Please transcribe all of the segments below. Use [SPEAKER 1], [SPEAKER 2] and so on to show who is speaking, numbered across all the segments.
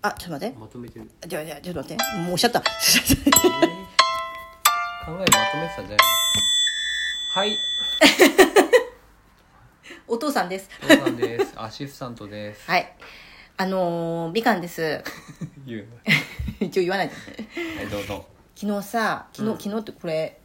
[SPEAKER 1] あちょっと待って
[SPEAKER 2] まとめて る、
[SPEAKER 1] じゃあじゃあちょっと待ってもうおっしゃった
[SPEAKER 2] えー考えまとめてたんじゃないのはい
[SPEAKER 1] お父さんです
[SPEAKER 2] 父さん ですアシスタントです
[SPEAKER 1] はいあのー、美観です
[SPEAKER 2] 言う
[SPEAKER 1] 一応言わないで
[SPEAKER 2] なはいどうぞ
[SPEAKER 1] 昨日さ昨日、
[SPEAKER 2] うん
[SPEAKER 1] 昨日ってこれ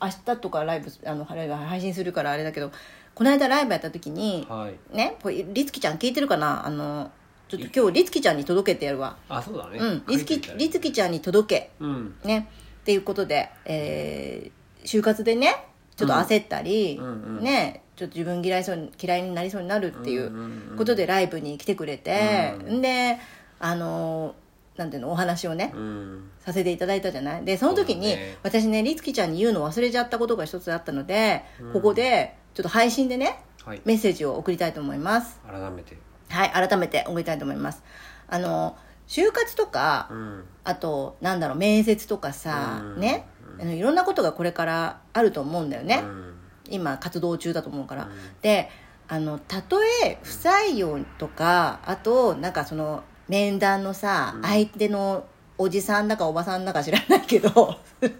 [SPEAKER 1] 明日とかライブあのライブ配信するからあれだけどこの間ライブやった時に
[SPEAKER 2] はい
[SPEAKER 1] ねこれりつきちゃん聞いてるかなあのちょっと今日りつきちゃんに届けてやるわ
[SPEAKER 2] あそうだね
[SPEAKER 1] うん
[SPEAKER 2] 書
[SPEAKER 1] り
[SPEAKER 2] い
[SPEAKER 1] つ
[SPEAKER 2] て
[SPEAKER 1] き
[SPEAKER 2] いただいて
[SPEAKER 1] りつきちゃんに届
[SPEAKER 2] うん
[SPEAKER 1] けねっていうことで、えー就活でねちょっと焦ったり、
[SPEAKER 2] うんうんうん
[SPEAKER 1] ねちょっと自分嫌いそうに嫌いになりそうになるってい
[SPEAKER 2] んん
[SPEAKER 1] ううんことでライブに来てくれて、
[SPEAKER 2] うん
[SPEAKER 1] んであのなんていうのお話をね、
[SPEAKER 2] うん
[SPEAKER 1] させていただいたじゃないでその時に
[SPEAKER 2] そうだね
[SPEAKER 1] 私ねりつきちゃんに言うの忘れちゃったことが一つあったので、
[SPEAKER 2] うん
[SPEAKER 1] ここでちょっと配信でね
[SPEAKER 2] はい
[SPEAKER 1] メッセージを送りたいと思います
[SPEAKER 2] 改めて
[SPEAKER 1] はい改めて送りたいと思いますあの就活とか
[SPEAKER 2] うん
[SPEAKER 1] あとなんだろう面接とかさ、
[SPEAKER 2] うん
[SPEAKER 1] ねあのいろんなことがこれからあると思うんだよね、
[SPEAKER 2] うん
[SPEAKER 1] 今活動中だと思うから、
[SPEAKER 2] うん
[SPEAKER 1] であのたとえ不採用とかあとなんかその面談のさ、
[SPEAKER 2] うん
[SPEAKER 1] 相手のおじさんだかおばさんだか知らないけど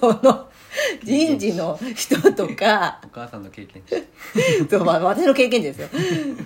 [SPEAKER 1] その人事の人とか
[SPEAKER 2] お母さんの経験値
[SPEAKER 1] そうまあ私の経験値ですよ、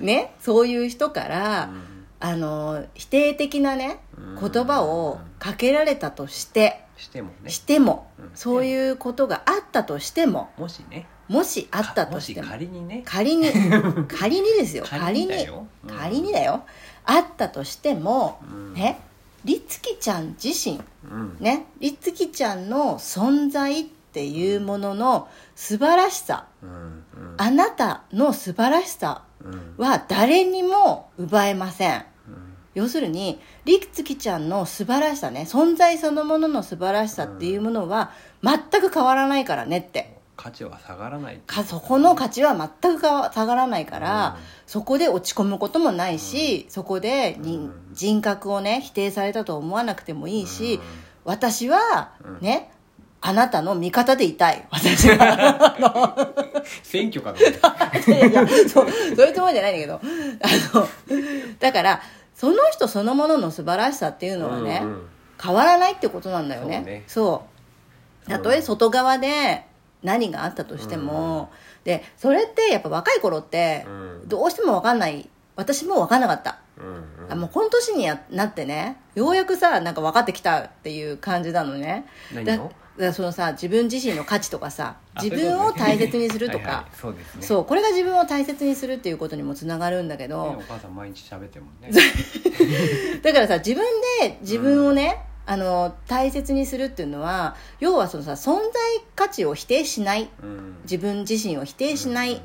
[SPEAKER 1] ね、そういう人から、
[SPEAKER 2] うん
[SPEAKER 1] あの否定的なね
[SPEAKER 2] うん
[SPEAKER 1] 言葉をかけられたとして、
[SPEAKER 2] してもね
[SPEAKER 1] しても、
[SPEAKER 2] うん
[SPEAKER 1] そういうことがあったとしても
[SPEAKER 2] もしね
[SPEAKER 1] もしあっ
[SPEAKER 2] か
[SPEAKER 1] たとしても
[SPEAKER 2] もし仮にね
[SPEAKER 1] 仮に 仮にですよ仮に
[SPEAKER 2] だ
[SPEAKER 1] 仮に
[SPEAKER 2] ようん
[SPEAKER 1] だよあったとしても
[SPEAKER 2] うん
[SPEAKER 1] ねりつきちゃん自身
[SPEAKER 2] うん
[SPEAKER 1] ねりつきちゃんの存在っていうものの素晴らしさ
[SPEAKER 2] うんうん
[SPEAKER 1] あなたの素晴らしさ
[SPEAKER 2] うん
[SPEAKER 1] は誰にも奪えません
[SPEAKER 2] うん
[SPEAKER 1] 要するにりつきちゃんの素晴らしさね存在そのものの素晴らしさっていうものは全く変わらないからねって
[SPEAKER 2] 価値は下がらない
[SPEAKER 1] かそこの価値は全く変わ下がらないから、
[SPEAKER 2] うん
[SPEAKER 1] そこで落ち込むこともないし、そこでに、
[SPEAKER 2] うん
[SPEAKER 1] 人格をね否定されたと思わなくてもいいし、
[SPEAKER 2] うん
[SPEAKER 1] 私は
[SPEAKER 2] うん
[SPEAKER 1] ね、あなたの味方でいたい私は
[SPEAKER 2] 選挙かと思った
[SPEAKER 1] いやいやそうそういうつもりじゃないんだけどあのだからその人そのものの素晴らしさっていうのはね、
[SPEAKER 2] うんうん
[SPEAKER 1] 変わらないってことなんだよ
[SPEAKER 2] そう
[SPEAKER 1] ね
[SPEAKER 2] ね
[SPEAKER 1] そうたとえ外側で何があったとしても、でそれってやっぱ若い頃って
[SPEAKER 2] うん
[SPEAKER 1] どうしても分かんない私も分かんなかった、
[SPEAKER 2] うん
[SPEAKER 1] あもうこの年にやなってねようやくさなんか分かってきたっていう感じなのね
[SPEAKER 2] 何
[SPEAKER 1] だ
[SPEAKER 2] を
[SPEAKER 1] だからそのさ自分自身の価値とかさ
[SPEAKER 2] あ
[SPEAKER 1] 自分を大切にすると
[SPEAKER 2] はいは
[SPEAKER 1] か
[SPEAKER 2] いそうですね
[SPEAKER 1] そうこれが自分を大切にするっていうことにもつながるんだけど、
[SPEAKER 2] ねお母さん毎日喋ってるもんね
[SPEAKER 1] だからさ自分で自分をね、あの大切にするっていうのは要はそのさ存在価値を否定しない
[SPEAKER 2] うん
[SPEAKER 1] 自分自身を否定しない、
[SPEAKER 2] うん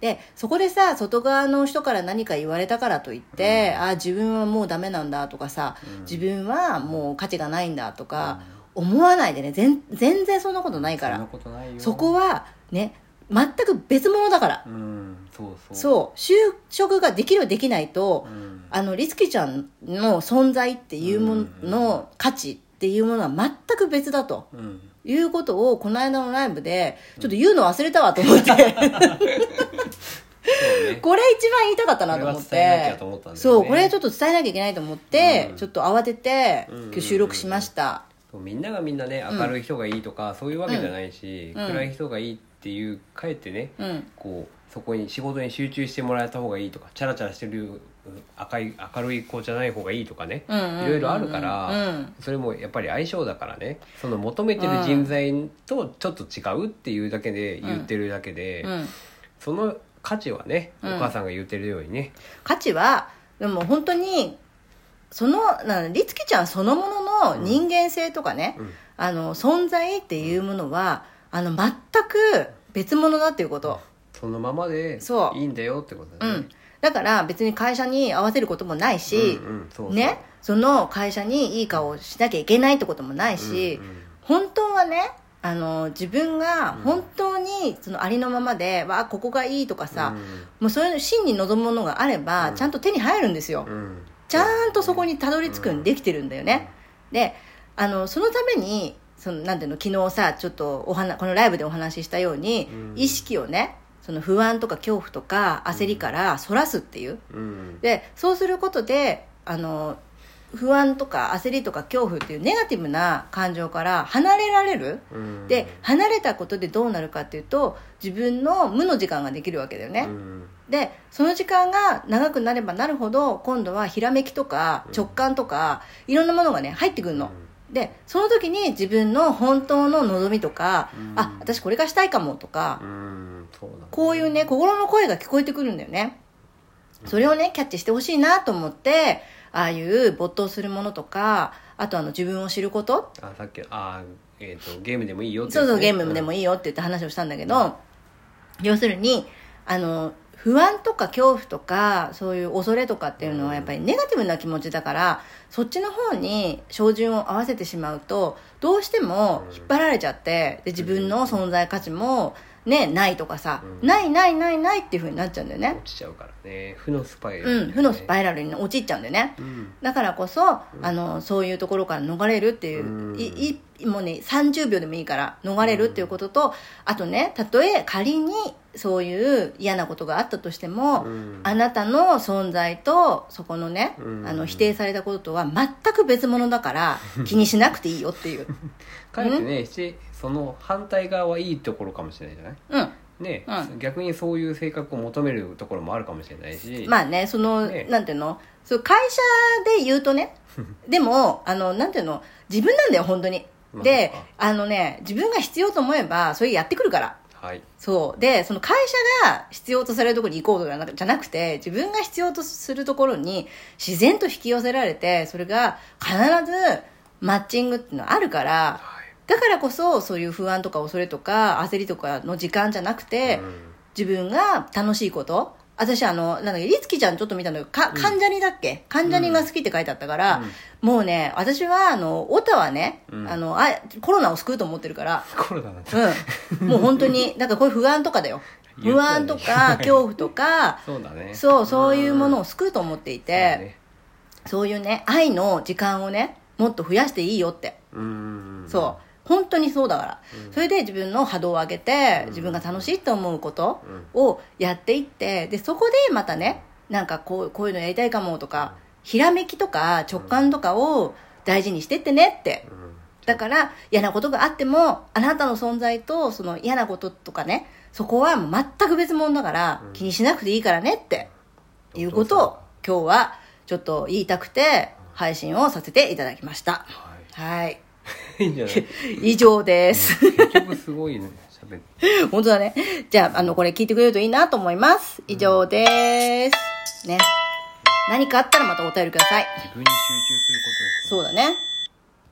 [SPEAKER 1] でそこでさ外側の人から何か言われたからといって、
[SPEAKER 2] う
[SPEAKER 1] ああ自分はもうダメなんだとかさ、自分はもう価値がないんだとか思わないでね全全然そんなことないか
[SPEAKER 2] そん
[SPEAKER 1] ら
[SPEAKER 2] なことないよ
[SPEAKER 1] そこはね全く別物だから、
[SPEAKER 2] うんそうそう
[SPEAKER 1] そう就職ができるできないと、
[SPEAKER 2] うん
[SPEAKER 1] あのリツキちゃんの存在っていうもの
[SPEAKER 2] うん
[SPEAKER 1] の価値っていうものは全く別だと
[SPEAKER 2] うん
[SPEAKER 1] いうことをこの間のライブでちょっと言うの忘れたわと思って
[SPEAKER 2] そうね
[SPEAKER 1] これ一番言いたかったなと思っ
[SPEAKER 2] これは伝えなき
[SPEAKER 1] て
[SPEAKER 2] ゃと思ったんだよね
[SPEAKER 1] そうこれちょっと伝えなきゃいけないと思って
[SPEAKER 2] うん
[SPEAKER 1] ちょっと慌てて
[SPEAKER 2] うん
[SPEAKER 1] 今日収録しました
[SPEAKER 2] そうみんながみんなね明るい人がいいとかそういうわけじゃないし
[SPEAKER 1] うん
[SPEAKER 2] 暗い人がいいっていうかえってね
[SPEAKER 1] うん
[SPEAKER 2] こうそこに仕事に集中してもらえた方がいいとかチャラチャラしてるうん赤い明るい子じゃない方がいいとかね、
[SPEAKER 1] うんうんうんうん
[SPEAKER 2] いろいろあるから、
[SPEAKER 1] うん
[SPEAKER 2] それもやっぱり相性だからねその求めてる人材とちょっと違うっていうだけで言ってるだけで、
[SPEAKER 1] うん
[SPEAKER 2] その価値はねお
[SPEAKER 1] うん
[SPEAKER 2] 母さんが言ってるようにね、
[SPEAKER 1] 価値はでも本当にそのなリツキちゃんそのものの人間性とかね、
[SPEAKER 2] うん
[SPEAKER 1] あの存在っていうものは、あの全く別物だっていうこと、
[SPEAKER 2] そのままで
[SPEAKER 1] そう
[SPEAKER 2] いいんだよってこと
[SPEAKER 1] う
[SPEAKER 2] だ
[SPEAKER 1] ん
[SPEAKER 2] ね。
[SPEAKER 1] だから別に会社に合わせることもないし、
[SPEAKER 2] うんうんそうそう
[SPEAKER 1] ねその会社にいい顔をしなきゃいけないってこともないし、
[SPEAKER 2] うんうん
[SPEAKER 1] 本当はねあの自分が本当にそのありのままで、わあここがいいとかさ、
[SPEAKER 2] う
[SPEAKER 1] もうそういう真に望むものがあれば、ちゃんと手に入るんですよ、
[SPEAKER 2] んうん
[SPEAKER 1] ちゃんとそこにたどり着くんできてるんだよね、であのそのためにそのなんていうの昨日さちょっとお話このライブでお話ししたように、
[SPEAKER 2] うん
[SPEAKER 1] 意識をねその不安とか恐怖とか焦りからそらすっていう
[SPEAKER 2] うん
[SPEAKER 1] でそうすることであの不安とか焦りとか恐怖っていうネガティブな感情から離れられる、
[SPEAKER 2] うん
[SPEAKER 1] で離れたことでどうなるかっていうと自分の無の時間ができるわけだよね、
[SPEAKER 2] うん
[SPEAKER 1] でその時間が長くなればなるほど今度はひらめきとか直感とかいろんなものがね入ってくるの、でその時に自分の本当の望みとか、
[SPEAKER 2] うん
[SPEAKER 1] あ私これがしたいかもとか、
[SPEAKER 2] うんそうだね
[SPEAKER 1] こういうね心の声が聞こえてくるんだよねそれをねキャッチしてほしいなと思ってああいう没頭するものとかあとあの自分を知ること
[SPEAKER 2] あさっきあーえっ、とゲームでもいいよって
[SPEAKER 1] そ
[SPEAKER 2] や
[SPEAKER 1] う
[SPEAKER 2] つね
[SPEAKER 1] そうゲームでも
[SPEAKER 2] い
[SPEAKER 1] いいよって言って話をしたんだけど、要するにあの不安とか恐怖とかそういう恐れとかっていうのはやっぱりネガティブな気持ちだからそっちの方に照準を合わせてしまうとどうしても引っ張られちゃってで自分の存在価値も、ね、ないとかさ、
[SPEAKER 2] うん
[SPEAKER 1] ないないないないっていう風になっちゃうんだよね、
[SPEAKER 2] 落ちちゃうからね負のスパイラル、
[SPEAKER 1] うん、負のスパ
[SPEAKER 2] イ
[SPEAKER 1] イラルに陥っちゃうんだよね
[SPEAKER 2] うん
[SPEAKER 1] だからこそ、あのそういうところから逃れるっていう、
[SPEAKER 2] うん
[SPEAKER 1] いいもうね30秒でもいいから逃れるっていうことと、あとねたとえ仮にそういう嫌なことがあったとしても、
[SPEAKER 2] うん
[SPEAKER 1] あなたの存在とそこのね、
[SPEAKER 2] うん
[SPEAKER 1] あの否定されたこととは全く別物だから気にしなくていいよって いう、
[SPEAKER 2] かえってねしその反対側はいいところかもしれないじゃない
[SPEAKER 1] うん、
[SPEAKER 2] ね、
[SPEAKER 1] う
[SPEAKER 2] 逆にそういう性格を求めるところもあるかもしれないし、
[SPEAKER 1] まあねその
[SPEAKER 2] ね
[SPEAKER 1] なんていうのそう会社で言うとねでもあのなんていうの自分なんだよ本当に
[SPEAKER 2] まあ
[SPEAKER 1] で
[SPEAKER 2] そっか
[SPEAKER 1] あのね自分が必要と思えばそれやってくるから
[SPEAKER 2] はい
[SPEAKER 1] そうでその会社が必要とされるところに行こうとかじゃなくて自分が必要とするところに自然と引き寄せられてそれが必ずマッチングっていうのはあるから
[SPEAKER 2] はい
[SPEAKER 1] だからこそそういう不安とか恐れとか焦りとかの時間じゃなくて、
[SPEAKER 2] うん
[SPEAKER 1] 自分が楽しいこと私あのなんだっけりつきちゃんちょっと見たんだけどか関ジャニだっけ関ジャニが好きって書いてあったから、もうね私はあのオタはね、
[SPEAKER 2] うん
[SPEAKER 1] あのあコロナを救うと思ってるから
[SPEAKER 2] コロナなんて
[SPEAKER 1] うん、もう本当にだからこういう不安とかだよ
[SPEAKER 2] 言っ
[SPEAKER 1] 不
[SPEAKER 2] たよ
[SPEAKER 1] 安
[SPEAKER 2] ね
[SPEAKER 1] とか恐怖とか
[SPEAKER 2] そうだね
[SPEAKER 1] そうそういうもの
[SPEAKER 2] を
[SPEAKER 1] を救うと思ってい
[SPEAKER 2] そうだ
[SPEAKER 1] て
[SPEAKER 2] ね
[SPEAKER 1] そういうね愛の時間をねもっと増やしていいよって
[SPEAKER 2] うん
[SPEAKER 1] そう本当にそうだから、それで自分の波動を上げて自分が楽しいと思うことをやっていってでそこでまたねなんかこうこういうのやりたいかもとかひらめきとか直感とかを大事にしてってねって
[SPEAKER 2] うん
[SPEAKER 1] だから嫌なことがあってもあなたの存在とその嫌なこととかねそこはもう全く別物だから気にしなくていいからねっていうことを今日はちょっと言いたくて配信をさせていただきました
[SPEAKER 2] は
[SPEAKER 1] はい
[SPEAKER 2] いいいんじゃない
[SPEAKER 1] 以上です
[SPEAKER 2] 結局すごいね喋って
[SPEAKER 1] 本当だねじゃああのこれ聞いてくれるといいなと思います以上ですね何かあったらまたお便りください
[SPEAKER 2] 自分に集中することです
[SPEAKER 1] そうだね